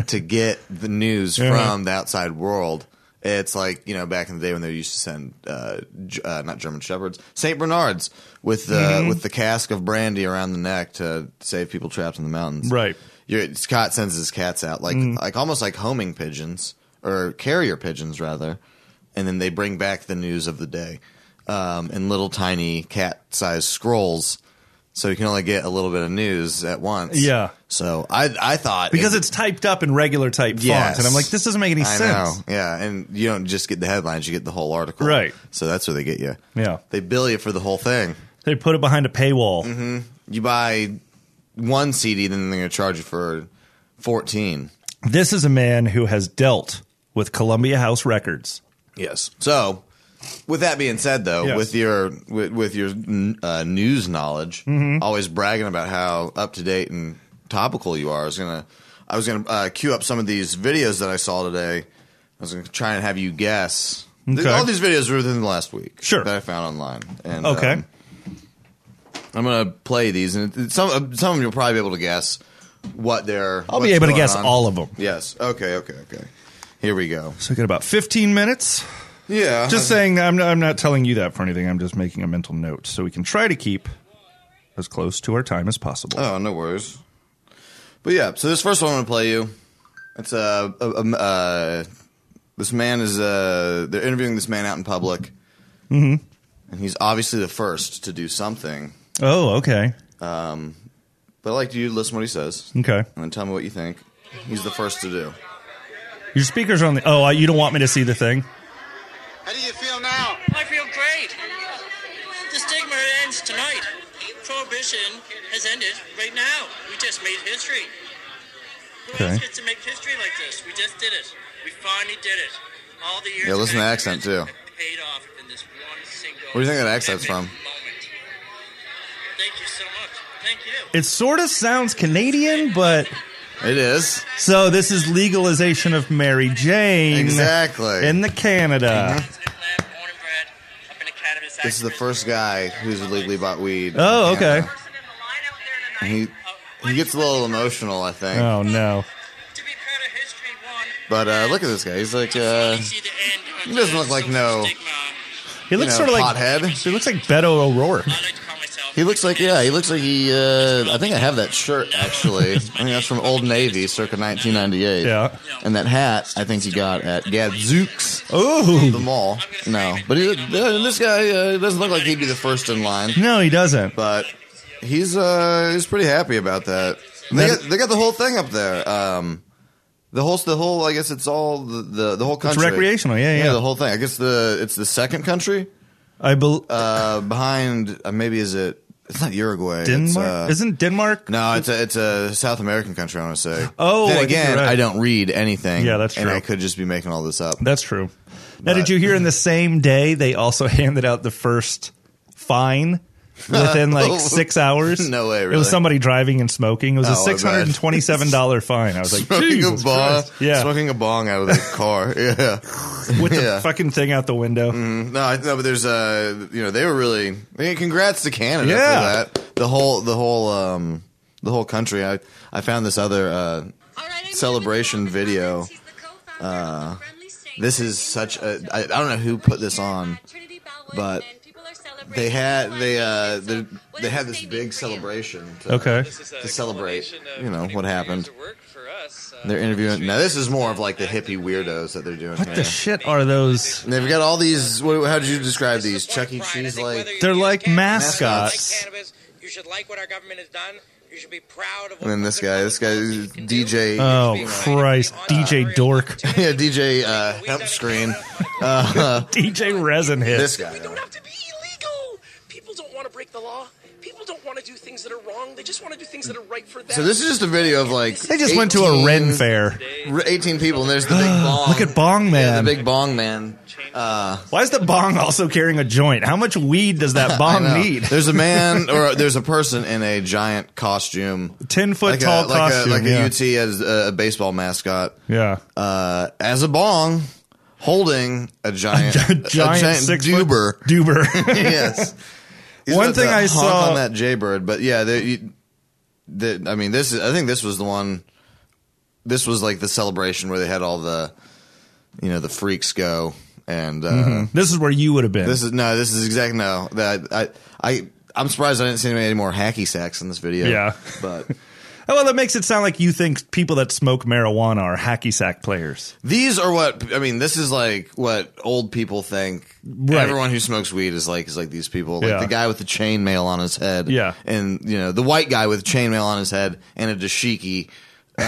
to get the news Yeah. from the outside world, it's like you know back in the day when they used to send uh, G- uh, not German shepherds, Saint Bernards with the Mm-hmm. with the cask of brandy around the neck to save people trapped in the mountains. Right. Mm. Your, Scott sends his cats out like like almost like homing pigeons or carrier pigeons rather, and then they bring back the news of the day um, in little tiny cat sized scrolls, so you can only get a little bit of news at once. Yeah. So I I thought Because it- it's typed up in regular type font, Yes. and I'm like, "This doesn't make any I sense." know. Yeah, and you don't just get the headlines; you get the whole article. Right. So that's where they get you. Yeah. They bill you for the whole thing. They put it behind a paywall. Mm. You buy one CD, then they're going to charge you for fourteen. This is a man who has dealt with Columbia House Records. Yes. So, with that being said, though, Yes. with your with, with your n- uh, news knowledge, Mm-hmm. always bragging about how up to date and topical you are, I was gonna I was gonna uh, queue up some of these videos that I saw today. I was gonna try and have you guess. Th- Okay. All these videos were within the last week. Sure. That I found online. And, Okay. um, I'm gonna play these, and it- some uh, some of them you'll probably be able to guess what they're. I'll be what's able to going guess on. all of them. Yes. Okay. Okay. Okay. Here we go. So we got about 15 minutes. Yeah. Just saying, I'm not, I'm not telling you that for anything. I'm just making a mental note so we can try to keep as close to our time as possible. Oh, no worries. But yeah, so this first one I'm gonna play you. It's uh, a, a, uh, this man is uh, they're interviewing this man out in public, mm-hmm. and he's obviously the first to do something. oh, okay. But I like you to listen to what he says, and Okay. then tell me what you think. He's the first to do. Your speakers are on the. Oh, uh, you don't want me to see the thing? How do you feel now? I feel great. The stigma ends tonight. Prohibition has ended right now. We just made history. Who Okay. else gets to make history like this? We just did it. We finally did it. All the years. Yeah, of listen to the activism accent, too. have Paid off in this one single. Where do you think that accent's epic from? moment. Thank you so much. Thank you. It sort of sounds Canadian, but. It is So this is legalization of Mary Jane. exactly. In the Canada. this is the first guy who's illegally bought weed. in Oh, okay. Canada. And he Uh, he gets a little emotional, I think. Oh, no. But uh, look at this guy. He's like, uh, he doesn't look like no- He looks know, sort of like. pothead. He looks like Beto O'Rourke. I like to call myself He looks like yeah, he looks like he. Uh, I think I have that shirt actually. I think that's from Old Navy, circa 1998. Yeah. And that hat, I think he got at Gadzooks, the Oh mall. No, but he, uh, this guy uh, doesn't look like he'd be the first in line. no, he doesn't. but he's uh he's pretty happy about that. They That- got, they got the whole thing up there. Um, the whole the whole I guess it's all the the, the whole country. recreational, yeah, yeah. the whole thing. I guess the it's the second country I believe uh behind uh, maybe is it it's not Uruguay. It's, Denmark uh, isn't Denmark. no, it's a, it's a South American country. I want to say. Oh, I then think again, you're right. I don't read anything. Yeah, that's And true. I could just be making all this up. That's true. Now, But- did you hear in the same day they also handed out the first fine within like six hours? No It way, really? was somebody driving and smoking. It was Oh, a I bet. six hundred and twenty-seven dollar fine. I was like, smoking Jesus a bong, Christ. yeah, smoking a bong out of the car. Yeah. with the yeah. Mm, fucking thing out the window. No, I, no, but there's uh, you know, they were really. I mean, congrats to Canada Yeah. for that. The whole, the whole, um, the whole country. I, I found this other. Uh, celebration video. Uh, this is such a. I, I don't know who put this on, but they had they uh, they, they had this big celebration. To, Okay, To celebrate, you know what happened. They're interviewing. Now this is more of like the hippie weirdos that they're doing. what here. the shit are those? And they've got all these. What, how did you describe these? Chuck E. Cheese like. They're like Mascots. mascots. Cannabis, you should like what our government has done. You should be proud of what And then this guy, this guy is DJ. Oh Christ, DJ Dork, yeah, DJ uh, help screen. DJ Resin hit. This guy. don't have to be illegal. People don't want to break the law. People don't want to do things that are wrong. They just want to do things that are right for them. So this is just a video of like they just went to a 18 Ren fair. r- Eighteen people, and there's the big bong. Look at Bong Yeah, Man. the big bong man. Uh, Why is the bong also carrying a joint? How much weed does that bong I know. need? There's a man, or there's a person in a giant costume, 10 foot like tall a, like costume, a, like yeah. a UT as a, a baseball mascot, Yeah. uh, as a bong, holding a giant, a giant, six foot- duber. Duber. yes. He's One about thing to I honk saw- on that Jaybird, but yeah, there, you, there, I mean, this is, I think this was the one. This was like the celebration where they had all the, you know, the freaks go, and uh, this is where you would have been. this is no, this is exact no. That I, I, I'm surprised I didn't see any more hacky sacks in this video. Yeah. but oh, well, that makes it sound like you think people that smoke marijuana are hacky sack players. these are what I mean. This is like what old people think. Right. Everyone who smokes weed is like is like these people, like Yeah. the guy with the chainmail on his head, Yeah. and you know the white guy with chainmail on his head and a dashiki.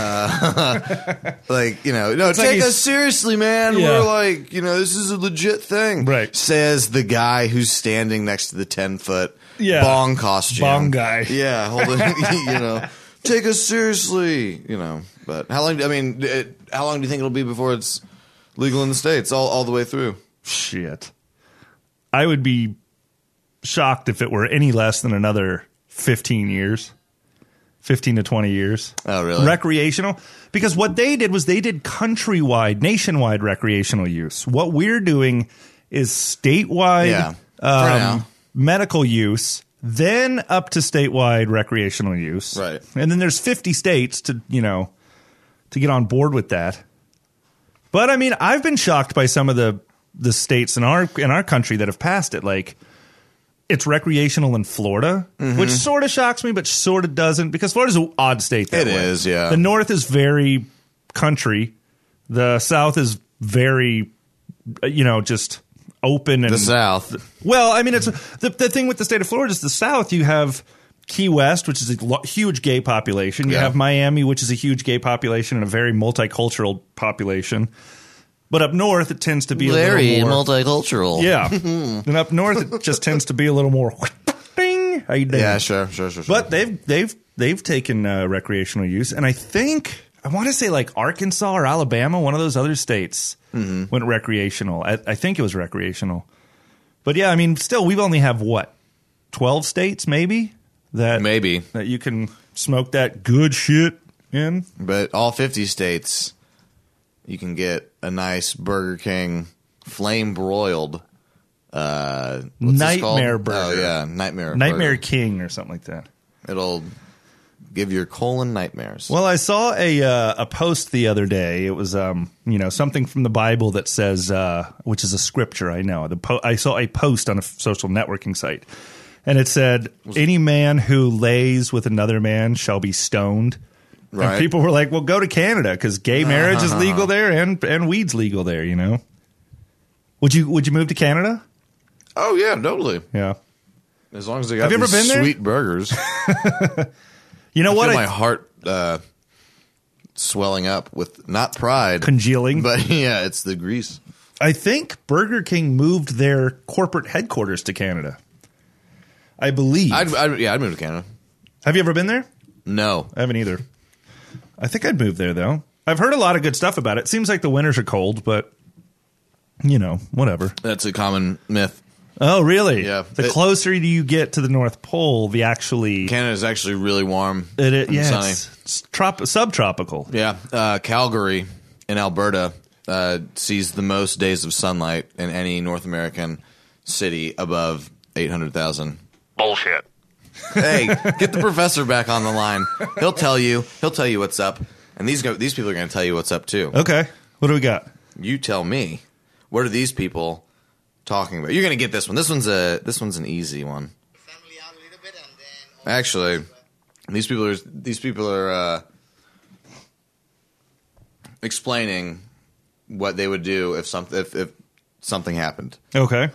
Uh, like you know, no, like take he's- us seriously, man. Yeah. We're like you know, this is a legit thing, Right. Says the guy who's standing next to the ten foot Yeah. bong costume, Bong guy. yeah, hold it. you know, take us seriously. You know, but how long? I mean, it, how long do you think it'll be before it's legal in the states? All all the way through. Shit. I would be shocked if it were any less than another 15 years. 15 to 20 years. Oh, really? Recreational. Because what they did was they did countrywide, nationwide recreational use. What we're doing is statewide Yeah. For um, now. medical use, then up to statewide recreational use. Right. And then there's 50 states to, you know, to get on board with that. But I mean, I've been shocked by some of the the states in our in our country that have passed it. Like it's recreational in Florida, Mm-hmm. which sort of shocks me, but sort of doesn't because Florida's an odd state. That It way. is, yeah. The North is very country. The South is very, uh, you know, just open and The South. well, I mean, it's the, the thing with the state of Florida is the South. You have Key West, which is a lo- huge gay population. You Yeah. have Miami, which is a huge gay population and a very multicultural population. But up north, it tends to be a little more, multicultural. yeah. and up north, it just tends to be a little more. Ding. How you doing? Yeah, sure, sure, sure. sure. But they've they've they've taken uh, recreational use, and I think I want to say like Arkansas or Alabama, one of those other states went recreational. I, I think it was recreational, but yeah, I mean, still we only have what twelve states, maybe that maybe, that you can smoke that good shit in. but all fifty states, you can get a nice Burger King flame broiled. Uh, what's this called? Nightmare burger. Oh yeah, nightmare. Nightmare burger. King or something like that. It'll give your colon nightmares. Well, I saw a uh, a post the other day. It was um you know something from the Bible that says uh, which is a scripture. I know the po- I saw a post on a f- social networking site, and it said, "Any man who lays with another man shall be stoned." Right. Uh-huh. And people were like, "Well, go to Canada because gay marriage is legal there, and and weed's legal there." You know. Would you Would you move to Canada? Oh yeah, totally. Yeah. As long as they got Have you ever been these there? sweet burgers. I You know what? feel I- my heart uh, swelling up with not pride, Congealing. but yeah, it's the grease. I think Burger King moved their corporate headquarters to Canada. I believe. I'd, I'd yeah, I'd move to Canada. Have you ever been there? No, I haven't either. I think I'd move there though. I've heard a lot of good stuff about it. Seems like the winters are cold, but you know, whatever. that's a common myth. Oh, really? Yeah. The It- closer you get to the North Pole, the actually Canada's actually really warm. it, it, and yeah, it's, it's trop- subtropical. Yeah, uh, Calgary in Alberta uh, sees the most days of sunlight in any North American city above eight hundred thousand. Bullshit. Hey, get the professor back on the line. He'll tell you. He'll tell you what's up, and these go, these people are going to tell you what's up too. Okay. What do we got? You tell me. What are these people talking about? You're going to get this one. This one's a this one's an easy one. Family out a little bit and then. Actually, these people are these people are uh, explaining what they would do if something if, if something happened. Okay.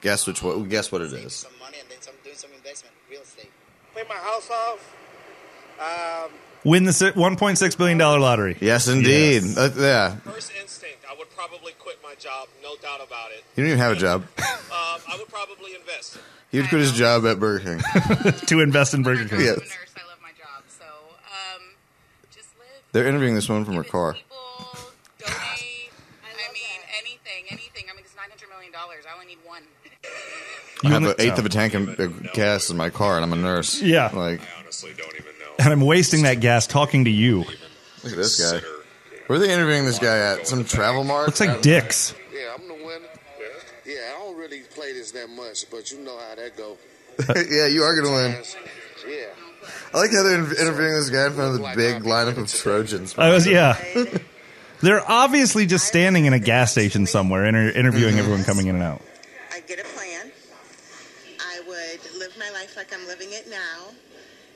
Guess which what guess what it is. Some money and then some doing some investment, real estate. Pay my house off. Win the si- 1.6 billion dollar lottery. Yes, indeed. Uh, yeah, First instinct, I would probably quit my job, no doubt about it. you don't even have a job. Um, I would probably invest. He would quit his job at Burger King. To invest in Burger I'm King. a Yes. nurse. I love my job. So um, just live. They're interviewing this woman from her Give it to car. People, donate. I mean, anything, anything. I mean, it's nine hundred million dollars. I only need one. I have wanna- an eighth of a tank of of gas in my car, and I'm a nurse. Yeah. like Honestly, don't even know. And I'm wasting that gas talking to you. look at this guy. Where are they interviewing this guy at? Some travel mart? Looks like dicks. Yeah, I'm the winner. Yeah. Yeah, I don't really play this that much, but you know how that go. yeah, you are gonna win. Yeah. I like how they're in- interviewing this guy in front of the big lineup of Trojans. I was yeah. They're obviously just standing in a gas station somewhere, inter- interviewing everyone coming in and out. I get a plan. I would live my life like I'm living it now.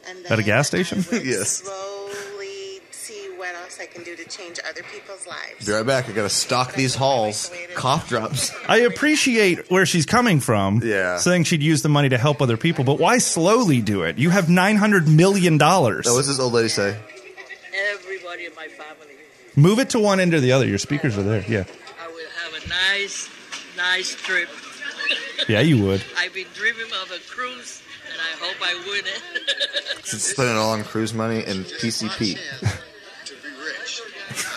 And then At a gas station? I would Yes. Slowly see what else I can do to change other people's lives. Be right back. I gotta stock these halls. Cough drops. I appreciate where she's coming from. Yeah. Saying she'd use the money to help other people, but why slowly do it? You have $900 million. Oh, what's this old lady say? Everybody in my family. Move it to one end or the other. Your speakers are there. Yeah. I would have a nice, nice trip. Yeah, you would. I've been dreaming of a cruise, and I hope I win it. Should spend it all on cruise money and This is my PCP. chance To be rich.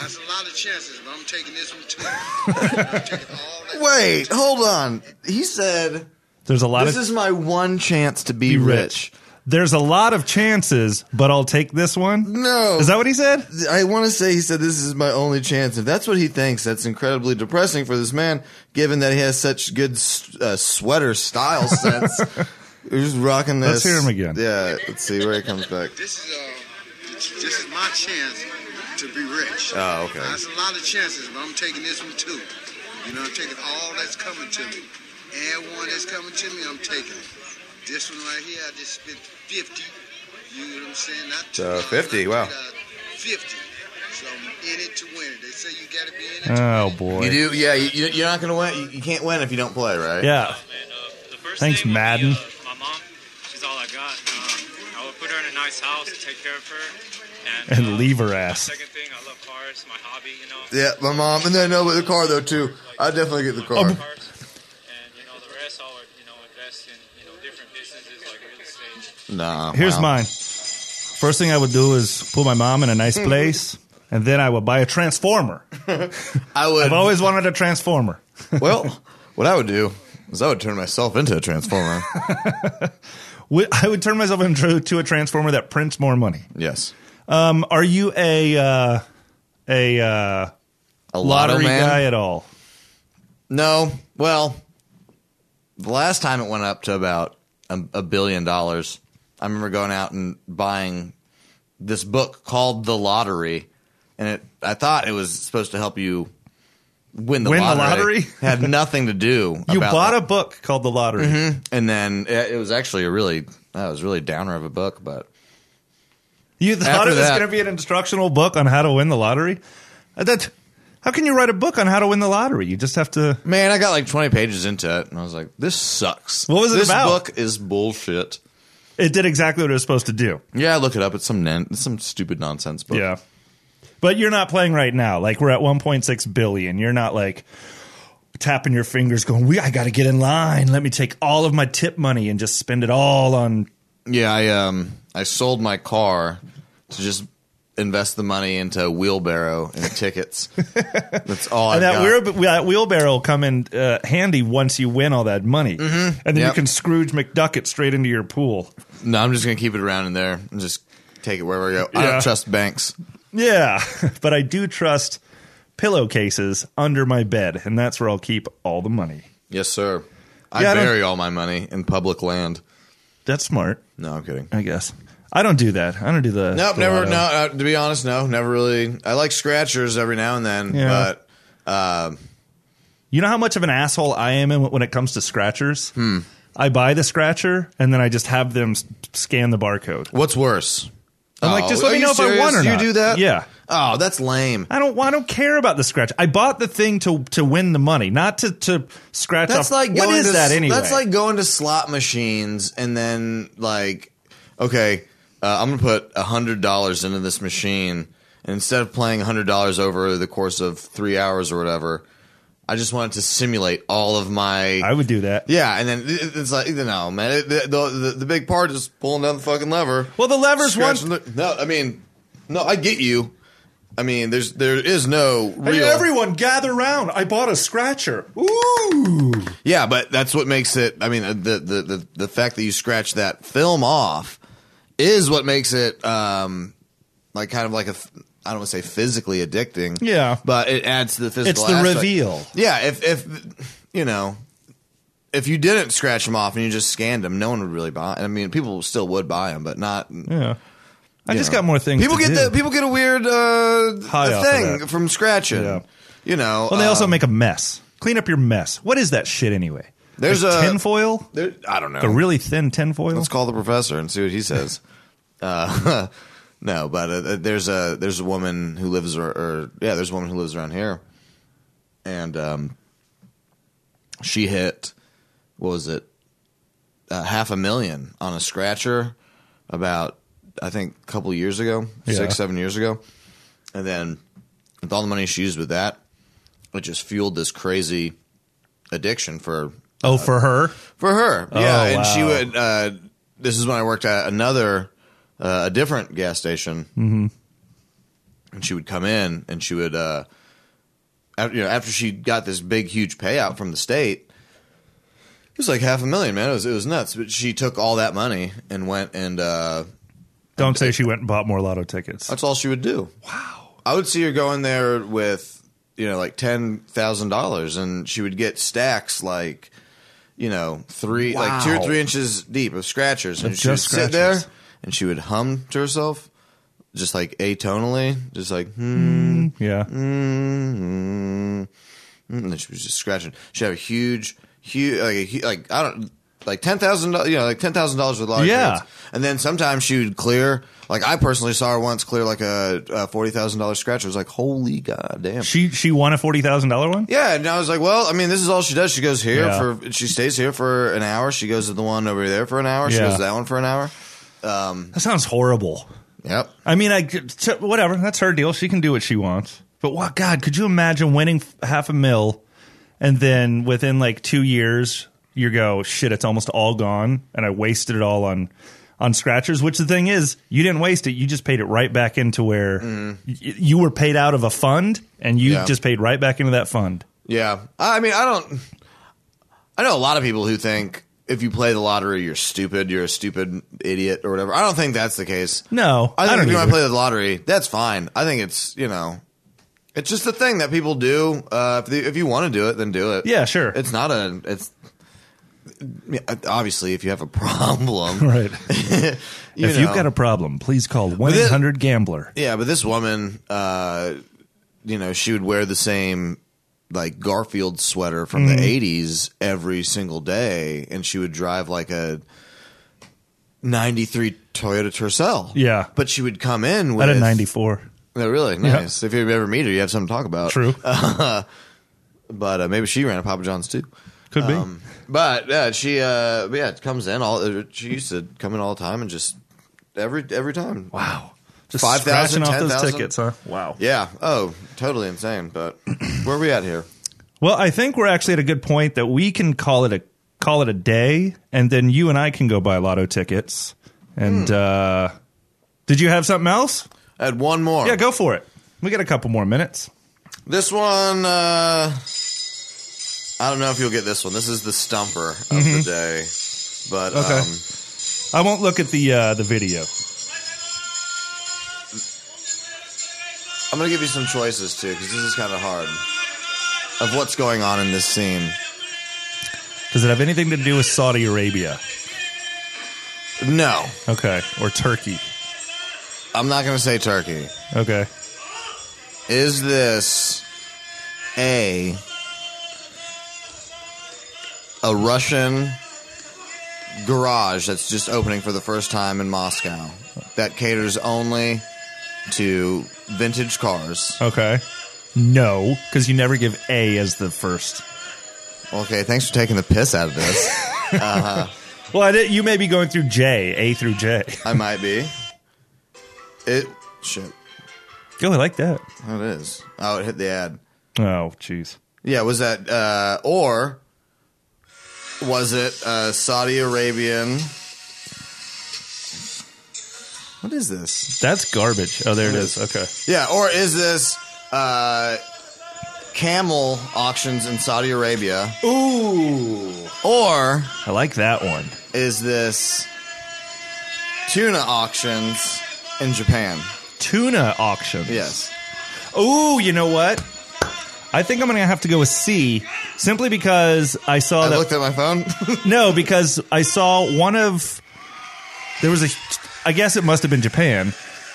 That's a lot of chances, but I'm taking this one too. I'm taking all that. Wait, hold on. He said, There's a lot "This of is my one chance to be be rich." There's a lot of chances, but I'll take this one. No, Is that what he said? I want to say he said this is my only chance. If that's what he thinks, that's incredibly depressing for this man, given that he has such good s- uh, sweater style sense. We're just rocking Let's this. hear him again. Yeah, let's see where he comes back. This is uh, this is my chance to be rich. Oh, okay. That's a lot of chances, but I'm taking this one too. You know, I'm taking all that's coming to me. Everyone that's coming to me, I'm taking it. This one right here, I just spent fifty. You know what I'm saying? Not two Uh, dollars, 50, not wow. three dollars, Fifty. So I'm in it to win it. They say you gotta be in it. to Oh, win it. boy. You do, yeah. You, you're not gonna win. You, you can't win if you don't play, right? Yeah. The first Thanks, thing would be, Madden. uh, my mom, she's all I got. Um, I would put her in a nice house, take care of her, and, And uh, leave her ass. Second thing, I love cars, my hobby, you know. Yeah, my mom, and then no, but the car though too. I definitely get the car. Oh, Cars, and you know the rest, I would you know invest in you know different businesses like real estate. Nah. Here's wow. mine. First thing I would do is put my mom in a Hmm. nice place, and then I would buy a transformer. I would. I've always wanted a transformer. well, what I would do is I would turn myself into a transformer. Would- I would turn myself into to a transformer that prints more money. yes. Um, are you a uh, a uh, A lotto lottery man. guy at all? No. Well, the last time it went up to about a, a billion dollars, I remember going out and buying this book called The Lottery, and it. I thought it was supposed to help you win the Win the lottery. lottery? had nothing to do. You about bought that. a book called The Lottery. Mhm. and then it it was actually a really that was really a downer of a book, but You thought After it was that- going to be an instructional book on how to win the lottery? Uh, That how can you write a book on how to win the lottery? You just have to. man, I got like twenty pages into it, and I was like, this sucks. What was it this about? book is bullshit. It did exactly what it was supposed to do. Yeah, I looked it up. It's some nan- it's some stupid nonsense book. Yeah, but you're not playing right now. Like we're at 1.6 billion. You're not like tapping your fingers, going, "We, I got to get in line. Let me take all of my tip money and just spend it all on." Yeah, I um I sold my car to just invest the money into a wheelbarrow and tickets. That's all I and that, got. wheel, that uh, wheelbarrow will come in uh, handy once you win all that money, mm-hmm. and then you Yep. can Scrooge McDuck it straight into your pool. no, I'm just gonna keep it around in there and just take it wherever I go. I Yeah. don't trust banks. Yeah, but I do trust pillowcases under my bed, and that's where I'll keep all the money. Yes, sir. I Yeah, I don't- bury all my money in public land. That's smart, No, I'm kidding. I guess. I don't do that. I don't do the. Nope, the never. lotto. No, uh, to be honest, no, never really. I like scratchers every now and then, Yeah. but uh, You know how much of an asshole I am in when it comes to scratchers. Hmm. I buy the scratcher and then I just have them s- scan the barcode. what's worse? I'm like, Oh, just let are me you know if I won serious? or not. You do that? Yeah. Oh, that's lame. I don't. I don't care about the scratch. I bought the thing to to win the money, not to to scratch That's off. like what going is to, that anyway? That's like going to slot machines and then like, okay, uh, I'm gonna put hundred dollars into this machine, and instead of playing hundred dollars over the course of three hours or whatever, I just wanted to simulate all of my. I would do that. yeah, and then it- it's like no man. It, the, the the big part is pulling down the fucking lever. Well, the levers one. Scratching the- no, I mean, no, I get you. I mean, there's there is no Hey, real. everyone, gather round. I bought a scratcher. Ooh. Yeah, but that's what makes it. I mean, the the the, the fact that you scratch that film off is what makes it um like kind of like a. I don't want to say physically addicting. Yeah. but it adds to the physical. It's the aspect. reveal. Yeah, if if you know. If you didn't scratch them off and you just scanned them, no one would really buy. I mean, people still would buy them, but not. Yeah. I you just know. got more things. People to get do. the people get a weird uh, High off of thing that. from scratching. Yeah. You know. Well, they also um, make a mess. Clean up your mess. What is that shit anyway? There's like a- tinfoil. there- I don't know. Like a really thin tinfoil. Let's call the professor and see what he says. uh, no, but uh, there's a there's a woman who lives or, or yeah, there's a woman who lives around here, and um, she hit what was it uh, half a million on a scratcher about I think a couple years ago, Yeah. six seven years ago, and then with all the money she used with that, it just fueled this crazy addiction for oh, for her. for her. yeah, and she wow. would. Uh, this is when I worked at another, uh, a different gas station, mm-hmm. and she would come in and she would, uh, after, you know, after she got this big huge payout from the state. It was like half a million, man. It was it was nuts. But she took all that money and went and uh, Don't say she went and bought more lotto tickets. that's all she would do. Wow. I would see her go in there with, you know, like ten thousand dollars and she would get stacks like, you know, three like two or Wow. three inches deep of scratchers. And Of she would just sit there scratchers. and she would hum to herself just like atonally, just like hmm Yeah. mm, mm, and then she was just scratching. She had a huge, huge, like, a, hu- like I don't, like ten thousand, you know, like ten thousand dollars with lottery Yeah. tickets. And then sometimes she would clear. Like I personally saw her once clear like a, a forty thousand dollars scratch. I was like, holy goddamn. She she won a forty thousand dollar one. Yeah, and I was like, well, I mean, this is all she does. She goes here Yeah. for, she stays here for an hour. She goes to the one over there for an hour. She Yeah. goes to that one for an hour. Um, That sounds horrible. yep. I mean, I t- whatever. That's her deal. She can do what she wants. But what God could you imagine winning f- half a mil, and then within like two years you go shit. It's almost all gone, and I wasted it all on on scratchers. Which the thing is, you didn't waste it. You just paid it right back into where y- you were paid out of a fund, and you Mm-hmm. Yeah. just paid right back into that fund. Yeah. I mean, I don't. I know a lot of people who think if you play the lottery, you're stupid, you're a stupid idiot, or whatever. I don't think that's the case. No, I I, think don't if you want either. to play the lottery, that's fine. I think it's, you know, it's just a thing that people do. Uh, if, they, if you want to do it, then do it. Yeah, sure. It's not a. It's. yeah, Obviously, if you have a problem, Right. you if know. you've got a problem, please call one eight hundred Gambler. Yeah, but this woman, uh, you know, she would wear the same like Garfield sweater from Mhm. the 80s every single day and she would drive like a 93 Toyota Tercel. Yeah. But she would come in with At a 94. Oh, really? Yeah. Nice. If you ever meet her, you have something to talk about. True. but uh, maybe she ran a Papa John's too. Could be. um, But yeah, she uh, yeah it comes in all. uh, She used to come in all the time and just every every time. Wow. Just Five scratching thousand, off ten those thousand tickets, huh? Wow. Yeah. Oh, totally insane. But where are we at here? Well, I think we're actually at a good point that we can call it a call it a day, and then you and I can go buy lotto tickets. And Hmm. uh, did you have something else? I had one more. Yeah, go for it. We got a couple more minutes. This one, uh, I don't know if you'll get this one. This is the stumper of the Mhm. day. But Okay. um, I won't look at the uh, the video. I'm gonna give you some choices too, because this is kind of hard. Of what's going on in this scene. Does it have anything to do with Saudi Arabia? No, Okay, or Turkey? I'm not gonna say Turkey. Okay. Is this a a Russian garage that's just opening for the first time in Moscow that caters only to vintage cars? Okay. No, because you never give A as the first. Okay, thanks for taking the piss out of this. Uh-huh. Well, I did, you may be going through J, A through J. I might be. It shit. Oh, I like that. Oh, it is. Oh, it hit the ad. Oh, jeez. Yeah, was that uh, or was it uh, Saudi Arabian? What is this? That's garbage. Oh, there it is. Okay. Yeah, or is this uh, camel auctions in Saudi Arabia? Ooh. Or I like that one. Is this tuna auctions in Japan? Tuna auction. Yes. Oh, you know what? I think I'm going to have to go with C simply because I saw Oh, that. I looked at my phone? no, because I saw one of. There was a. I guess it must have been Japan.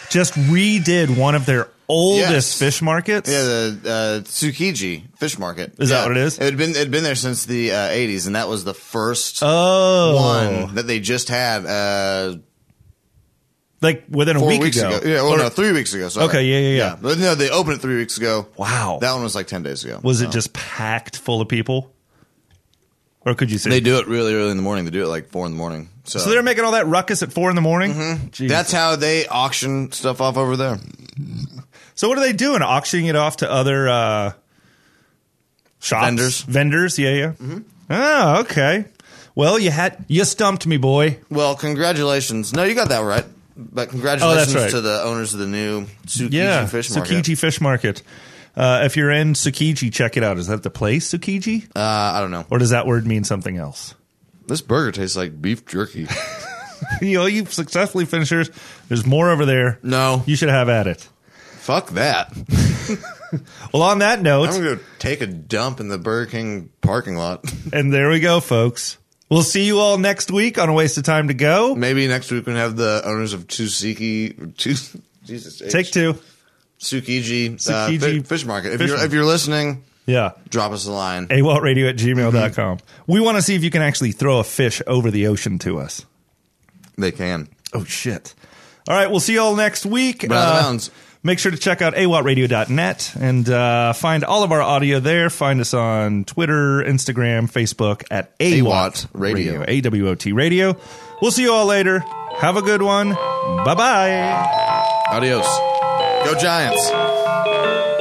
Just redid one of their oldest fish markets. Yeah, the uh, Tsukiji fish market. Is that Yeah. what it is? It had been it had been there since the uh, 80s, and that was the first Oh. one that they just had uh, Like within a four week weeks ago. ago. Yeah, well, Or- no, three weeks ago. Sorry. Okay, yeah, yeah, yeah. But no, they opened it three weeks ago. Wow, that one was like ten days ago. Oh. Was it So. just packed full of people? Or could you say They do it really early in the morning. They do it like four in the morning. So, Mm-hmm. So, they're making all that ruckus at four in the morning. Jeez. that's how they auction stuff off over there. So what are they doing? Auctioning it off to other uh, shops, Vendors. Mm-hmm. vendors. Yeah, yeah. Oh, okay. Well, you had you stumped me, boy. Well, congratulations. No, you got that right. But congratulations Oh, right. to the owners of the new Tsukiji yeah, fish market. Tsukiji Fish Market. Uh, if you're in Tsukiji, check it out. Is that the place, Tsukiji? Uh, I don't know. Or does that word mean something else? This burger tastes like beef jerky. you know, you successfully finishers. There's more over there. No, you should have at it. Fuck that. well, on that note, I'm going to take a dump in the Burger King parking lot. and there we go, folks. We'll see you all next week on A Waste of Time to Go. Maybe next week we can have the owners of Tsukiji, two, Jesus, H. Take two. Tsukiji, uh, Tsukiji fi- fish market. If Fish you're Market. if you're listening, Yeah. drop us a line. awaltradio at Mm-hmm. gmail.com. We want to see if you can actually throw a fish over the ocean to us. They can. Oh, shit. All right. We'll see you all next week. Uh, But out of bounds. Make sure to check out awaltradio.net and uh, find all of our audio there. Find us on Twitter, Instagram, Facebook at AWAT, AWOT Radio. AWOT Radio. We'll see you all later. Have a good one. Bye bye. Adios. Go Giants.